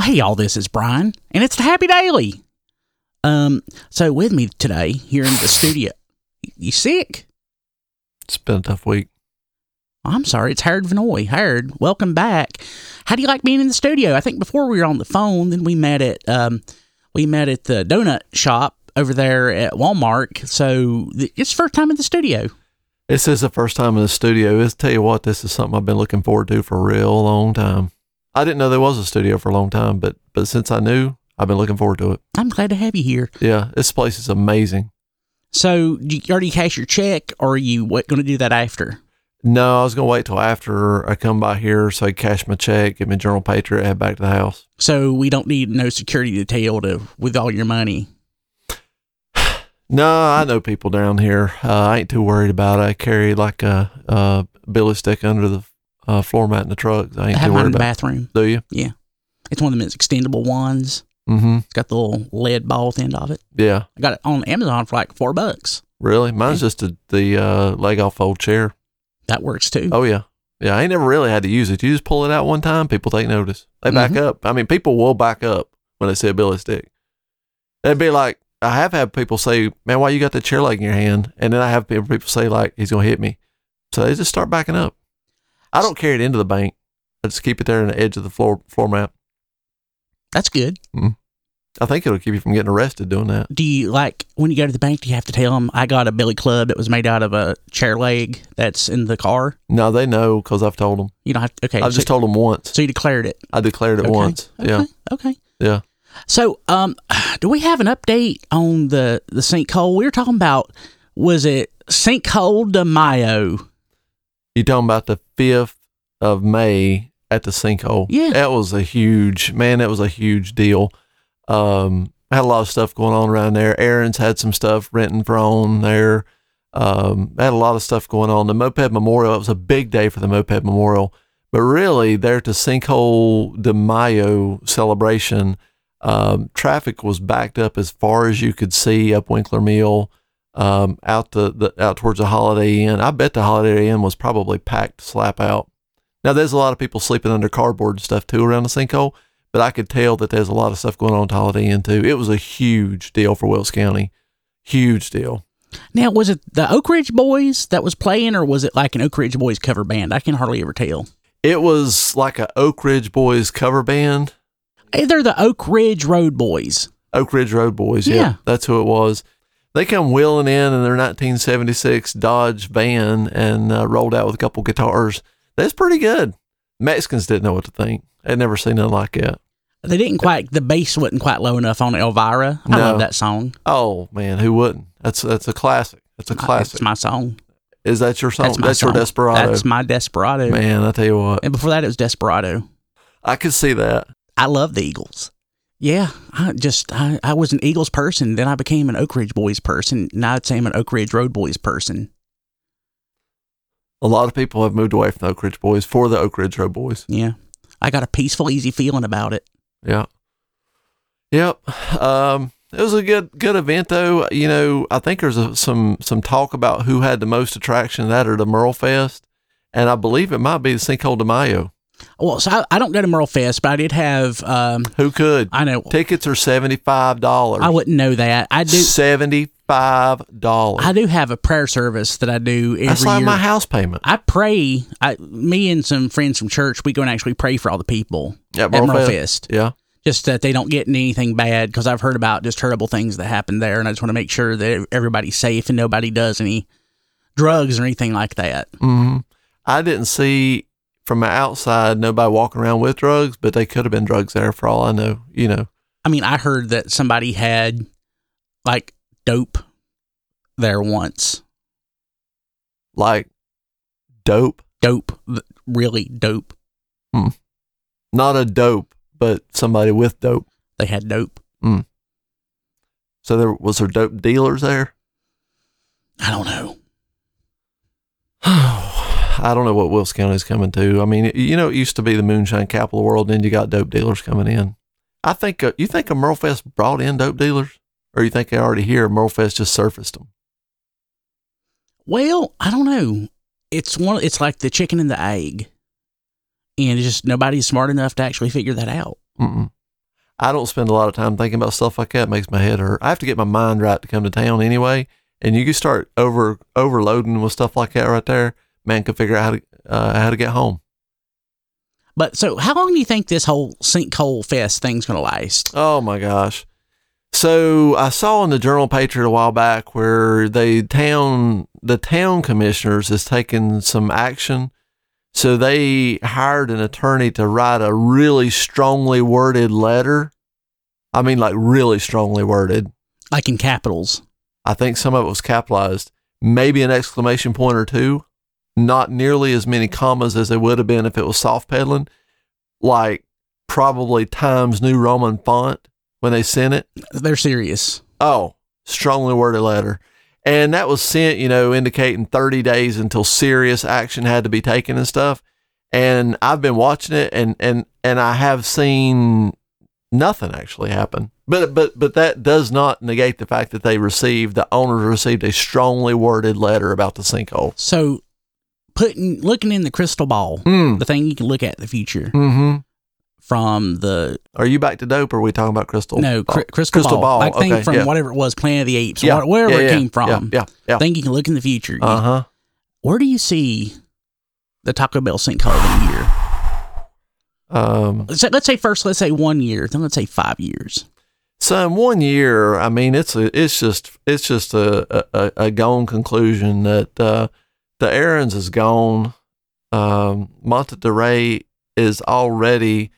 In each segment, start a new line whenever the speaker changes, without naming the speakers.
Hey, all this is Brian, and it's the Happy Daily. Um, so with me today here in the studio, you sick?
It's been a tough week.
I'm sorry, it's Harold Vanoy. Harold, welcome back. How do you like being in the studio? I think before we were on the phone, then we met at um, we met at the donut shop over there at Walmart. So th- it's first time in the studio.
This is the first time in the studio. Let's tell you what, this is something I've been looking forward to for a real long time. I didn't know there was a studio for a long time, but but since I knew, I've been looking forward to it.
I'm glad to have you here.
Yeah, this place is amazing.
So do you already cash your check, or are you what going to do that after?
No, I was gonna wait till after I come by here so I cash my check, get my journal patriot, head back to the house.
So we don't need no security detail to with all your money.
No, I know people down here. Uh, I ain't too worried about it. I carry like a, a billy stick under the uh, floor mat in the truck. I
I
ain't
have
too
mine
worried
in the
about.
bathroom.
it. Do you?
It's one of them extendable ones.
Mm-hmm.
It's got the little lead ball at the end of it.
Yeah.
I got it on Amazon for like four bucks.
Really? Mine's just a, the uh, leg off old chair.
That works too.
Oh, yeah. Yeah, I ain't never really had to use it. You just pull it out one time, people take notice. They back
Mhm.
up. I mean, people will back up when they see a billy stick. They'd be like, I have had people say, man, why you got that chair leg in your hand? And then I have pe- people say, like, he's going to hit me. So they just start backing up. I don't carry it into the bank. I just keep it there in the edge of the floor floor mat.
That's good.
I think it'll keep you from getting arrested doing that.
Do you like when you go to the bank? Do you have to tell them I got a billy club that was made out of a chair leg that's in the car?
No, they know because I've told them.
You don't have to. Okay,
I've
so,
just told them once.
so you declared it.
I declared it
Okay.
once.
Okay.
Yeah.
Okay.
Yeah.
So, um, do we have an update on the the sinkhole? We were talking about was it sinkhole de Mayo?
You talking about the fifth of May at the sinkhole?
Yeah.
that was a huge man. That was a huge deal. Um, had a lot of stuff going on around there. Aaron's had some stuff renting from there. Um, had a lot of stuff going on. The Moped Memorial. It was a big day for the Moped Memorial, but really there at the sinkhole de Mayo celebration. Um, traffic was backed up as far as you could see up Winkler Mill um, out the, the out towards the Holiday Inn. I bet the Holiday Inn was probably packed slap out. Now there's a lot of people sleeping under cardboard and stuff too around the sinkhole, but I could tell that there's a lot of stuff going on at the Holiday Inn too. It was a huge deal for Wilkes County, huge deal.
Now, was it the Oak Ridge Boys that was playing, or was it like an Oak Ridge Boys cover band? I can hardly ever tell.
It was like a Oak Ridge Boys cover band,
Hey, They're the Oak Ridge Road Boys.
Oak Ridge Road Boys.
Yeah.
yeah that's who it was. They come wheeling in in their 1976 Dodge van and uh, rolled out with a couple guitars. That's pretty good. Mexicans didn't know what to think. They'd never seen nothing like that.
They didn't quite. The bass wasn't quite low enough on Elvira. I
No.
love that song.
Oh man, who wouldn't? That's that's a classic. That's a
It's
classic.
my song.
Is that your song?
That's
That's,
my
your
song.
Desperado.
That's my Desperado.
man, I tell you what,
And before that, it was Desperado.
I could see that.
I love the Eagles. Yeah, I just I, I was an Eagles person, then I became an Oak Ridge Boys person. Now I'd say I'm an Oak Ridge Road Boys person.
A lot of people have moved away from the Oak Ridge Boys for the Oak Ridge Road Boys.
Yeah, I got a peaceful, easy feeling about it.
Yeah. Yep. Um, it was a good good event though. You know, I think there's a, some some talk about who had the most attraction that or the Merle Fest, and I believe it might be the Cinco de Mayo.
Well, so I, I don't go to Merle Fest, but I did have. Um,
Who could?
I know
Tickets are seventy five dollars.
I wouldn't know that. I do.
Seventy five dollars.
I do have a prayer service that I do every
That's like
year.
my house payment.
I pray. I, me and some friends from church, we go and actually pray for all the people
Yeah,
at Merle Fest,
Yeah.
just that they don't get in anything bad. Because I've heard about just terrible things that happen there, and I just want to make sure that everybody's safe and nobody does any drugs or anything like that.
hmm I didn't see from the outside nobody walking around with drugs, but they could have been drugs there for all I know. You know,
I mean, I heard that somebody had like dope there once.
like dope.
Dope, really dope.
Not a dope, but somebody with dope.
They had dope.
So there was there dope dealers there.
I don't know.
I don't know what Wilkes County's coming to. I mean, you know, it used to be the moonshine capital of the world, and then you got dope dealers coming in. I think uh, you think a Merlefest brought in dope dealers, or you think they already here? Merlefest just surfaced them.
Well, I don't know. It's one. It's like the chicken and the egg, and it's just nobody's smart enough to actually figure that out.
Mm-mm. I don't spend a lot of time thinking about stuff like that. It makes my head hurt. I have to get my mind right to come to town anyway. And you can start over overloading with stuff like that right there. Man can figure out how to uh, how to get home.
But so, how long do you think this whole sinkhole fest thing's going to last?
Oh my gosh. So I saw in the Journal Patriot a while back where the town the town commissioners is taking some action. So they hired an attorney to write a really strongly worded letter. I mean like really strongly worded.
Like in capitals.
I think some of it was capitalized. Maybe an exclamation point or two. Not nearly as many commas as there would have been if it was soft pedaling. Like probably Times New Roman font when they sent it.
They're serious.
Oh, strongly worded letter. And that was sent, you know, indicating 30 days until serious action had to be taken and stuff. And I've been watching it and and and I have seen nothing actually happen. But but but that does not negate the fact that they received the owners received a strongly worded letter about the sinkhole.
So, putting looking in the crystal ball,
Mm.
the thing you can look at in the future
hmm
from the
Are you back to dope or are we talking about crystal? Oh,
no cr-
ball?
crystal, ball,
Crystal ball,
like thing
okay,
from
yeah.
whatever it was, Planet of the Apes,
Yeah,
or wherever
yeah,
it
yeah,
came from.
Yeah, yeah. yeah.
Thing you can look in the future.
Uh huh.
Where do you see the Taco Bell sinkhole in a year?
Um,
So let's say first, let's say one year, then let's say five years.
So in one year, I mean, it's a, it's just, it's just a, a, a gone conclusion that uh, the Aaron's is gone. Um, Monterrey is already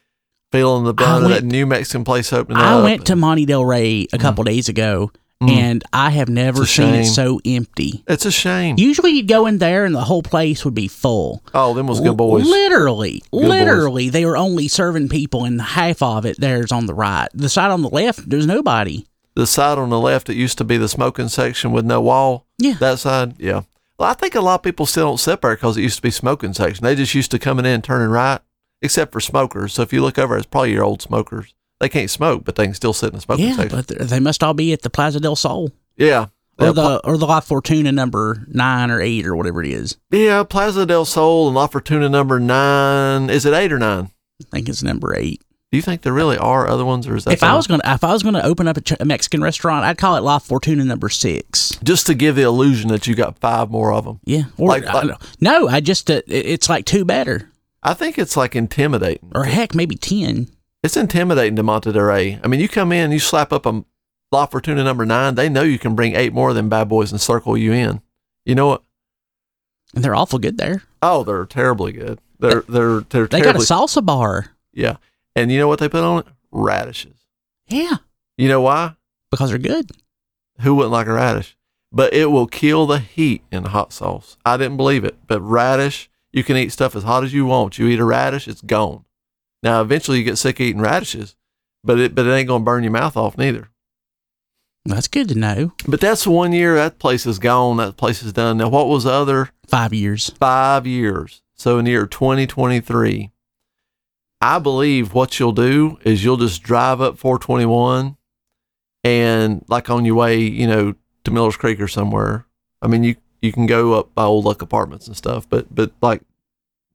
feeling the
I
brunt of that
went-
New Mexican place opening
I
up.
went to Monte Del Rey a couple days ago,
Mm-hmm. Mm.
and I have never
It's a
seen it
shame.
so empty.
It's a shame.
Usually, you'd go in there, and the whole place would be full.
oh, them was good boys.
Literally,
boys.
literally, they were only serving people, and half of it there's on the right. The side on the left, there's nobody.
the side on the left that used to be the smoking section with no wall.
Yeah.
That side, yeah. Well, I think a lot of people still don't sit there because it used to be smoking section. They just used to coming in and turning right, except for smokers. So if you look over, it's probably your old smokers. They can't smoke, but they can still sit in the smoking
yeah,
section.
but th- they must all be at the Plaza del Sol
yeah.
or
Yeah, Pla-
the or the La Fortuna number nine or eight or whatever it is.
yeah, Plaza del Sol and La Fortuna number nine. Is it eight or nine?
I think it's number eight.
Do you think there really are other ones, or is that
if I
the-
was gonna if I was gonna open up a, ch- a Mexican restaurant, I'd call it La Fortuna number six.
just to give the illusion that you got five more of them?
Yeah, or
Like-
I don't- no, I just uh, it- it's like two better,
I think it's like intimidating.
or heck, maybe ten.
It's intimidating to Monterrey. I mean, you come in, you slap up a La Fortuna number nine. They know you can bring eight more of them bad boys and circle you in. You know what?
And they're awful good there.
Oh, they're terribly good. They're they're they're
They got a
terribly
salsa bar.
yeah. And you know what they put on it? Radishes.
Yeah,
You know why?
because they're good.
Who wouldn't like a radish? But it will kill the heat in hot sauce. I didn't believe it, but radish, you can eat stuff as hot as you want. You eat a radish, it's gone. Now, eventually, you get sick of eating radishes, but it but it ain't gonna burn your mouth off neither.
That's good to know.
But that's one year. That place is gone. That place is done. Now, what was the other
Five years.
five years? So, in the year 2023, I believe what you'll do is you'll just drive up 421 and, like, on your way, you know, to Miller's Creek or somewhere. I mean, you, you can go up by Old Luck Apartments and stuff, but, but like,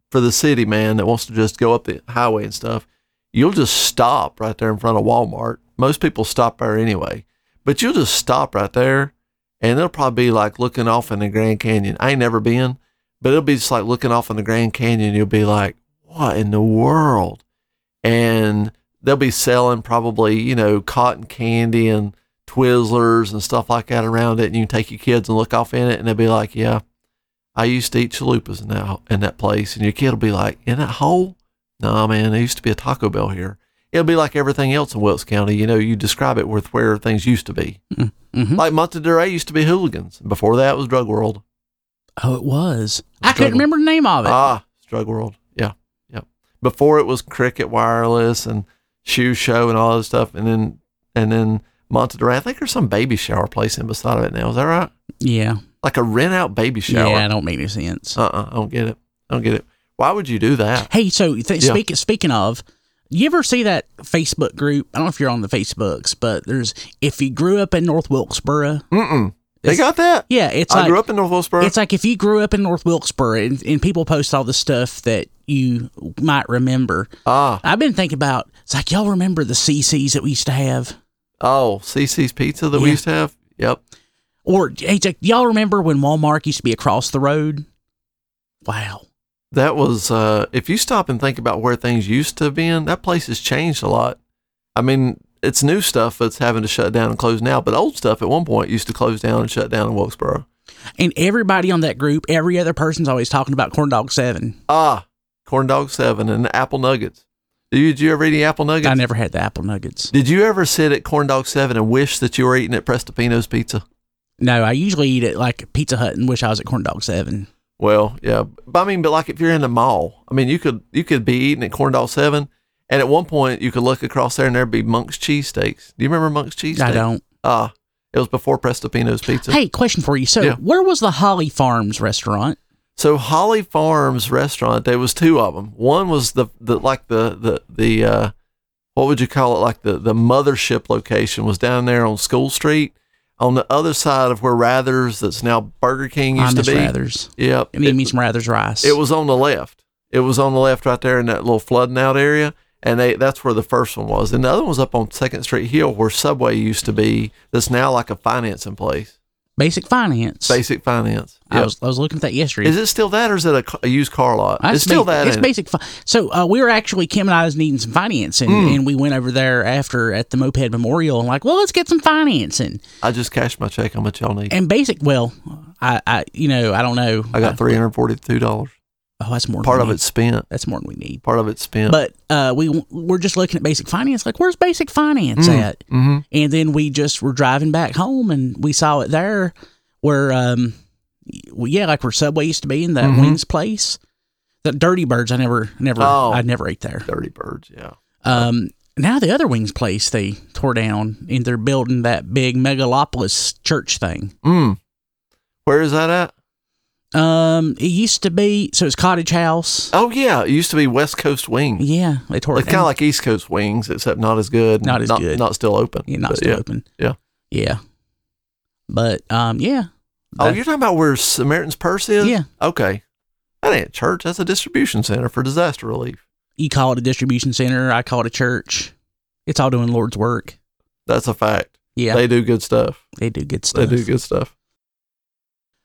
for the city man that wants to just go up the highway and stuff, you'll just stop right there in front of Walmart. Most people stop there anyway, but you'll just stop right there and it'll probably be like looking off in the Grand Canyon. I ain't never been, but it'll be just like looking off in the Grand Canyon. You'll be like, what in the world? And they'll be selling probably, you know, cotton candy and Twizzlers and stuff like that around it. And you can take your kids and look off in it and they'll be like, yeah, I used to eat chalupas in that, in that place. And your kid will be like, in that hole? Nah, man, there used to be a Taco Bell here. It'll be like everything else in Wilkes County. You know, you describe it with where things used to be.
hmm
Like Monterey used to be hooligans. Before that was Drug World.
Oh, it was. I couldn't
Struggle.
remember the name of it.
Ah, it's Drug World. Yeah. Yeah. Before it was Cricket Wireless and Shoe Show and all that stuff. And then, and then Monterey. I think there's some baby shower place in beside of it now. Is that right?
yeah,
Like a rent out baby shower.
yeah. I don't make any sense.
Uh uh I don't get it. I don't get it. Why would you do that?
Hey, so th-
Yeah.
speak, speaking of, you ever see that Facebook group? I don't know if you're on the Facebooks, but there's if you grew up in North Wilkesboro,
Mm mm. They
It's-
got that.
Yeah, it's
I
like
grew up in North Wilkesboro.
it's like if you grew up in North Wilkesboro and, and people post all the stuff that you might remember.
ah,
I've been thinking about it's like y'all remember the CCs that we used to have,
oh, CC's Pizza that
Yeah.
we used to have. Yep.
or it's like, y'all remember when Walmart used to be across the road. Wow.
That was, uh, if you stop and think about where things used to have been, that place has changed a lot. I mean, it's new stuff that's having to shut down and close now, but old stuff at one point used to close down and shut down in Wilkesboro.
And everybody on that group, every other person's always talking about corn dog seven.
Ah, corn dog seven and apple nuggets. Did you, did you ever eat any apple nuggets?
I never had the apple nuggets.
Did you ever sit at corn dog seven and wish that you were eating at Prestopino's Pizza?
No, I usually eat at like Pizza Hut and wish I was at corn dog seven.
Well, yeah, but I mean, but like if you're in the mall, I mean, you could you could be eating at corn dog seven, and at one point you could look across there and there'd be Monk's cheesesteaks. Do you remember Monk's cheesesteaks?
I don't.
Ah, it was before Prestopino's Pizza.
Hey, question for you. So,
Yeah.
where was the Holly Farms restaurant?
So Holly Farms restaurant, there was two of them. One was the, the like the the the uh, what would you call it? Like the the mothership location was down there on School Street, on the other side of where Rather's, that's now Burger King,
I
used
miss
to be.
Rather's.
Yep,
I mean,
it,
me some Rather's rice.
it was on the left. It was on the left, right there in that little flooding out area, and they that's where the first one was. And the other one was up on Second Street Hill, where Subway used to be. That's now like a financing place,
basic finance.
Basic Finance.
I
Yep.
was I was looking at that yesterday.
Is it still that, or is it a, ca- a used car lot?
That's
it's still
basic-
that.
It's
ain't it?
basic. Fi- so uh, we were actually Kim and I was needing some financing,
Mm.
and we went over there after at the Moped Memorial and like, well, let's get some financing.
I just cashed my check. How much y'all need?
And basic, well, I, I you know I don't know.
I got three hundred forty-two dollars.
Oh, that's more. than
Part
we
of
need.
it's spent.
That's more than we need.
Part of it's spent.
But uh, we we're just looking at basic finance. Like, where's basic finance at?
hmm
And then we just were driving back home, and we saw it there, where um, well, yeah, like where Subway used to be in that
Mhm.
wings place. The Dirty Birds, I never, never,
Oh.
I never ate there.
Dirty birds. Yeah.
Um, now the other wings place they tore down, and they're building that big megalopolis church thing.
Mm. Where is that at?
Um, it used to be so it's cottage house.
Oh yeah, it used to be West Coast Wings.
Yeah, they tore
It's
it
kind of
down.
like East Coast Wings, except not as good.
Not as
not,
good.
Not still open.
yeah, not
But
still
yeah.
open.
yeah.
yeah. But um, yeah.
Oh,
That-
you're talking about where Samaritan's Purse is?
Yeah.
Okay. That ain't a church. That's a distribution center for disaster relief.
you call it a distribution center. I call it a church. It's all doing Lord's work.
That's a fact.
Yeah, they,
They do good stuff.
do good
They
stuff.
do good stuff.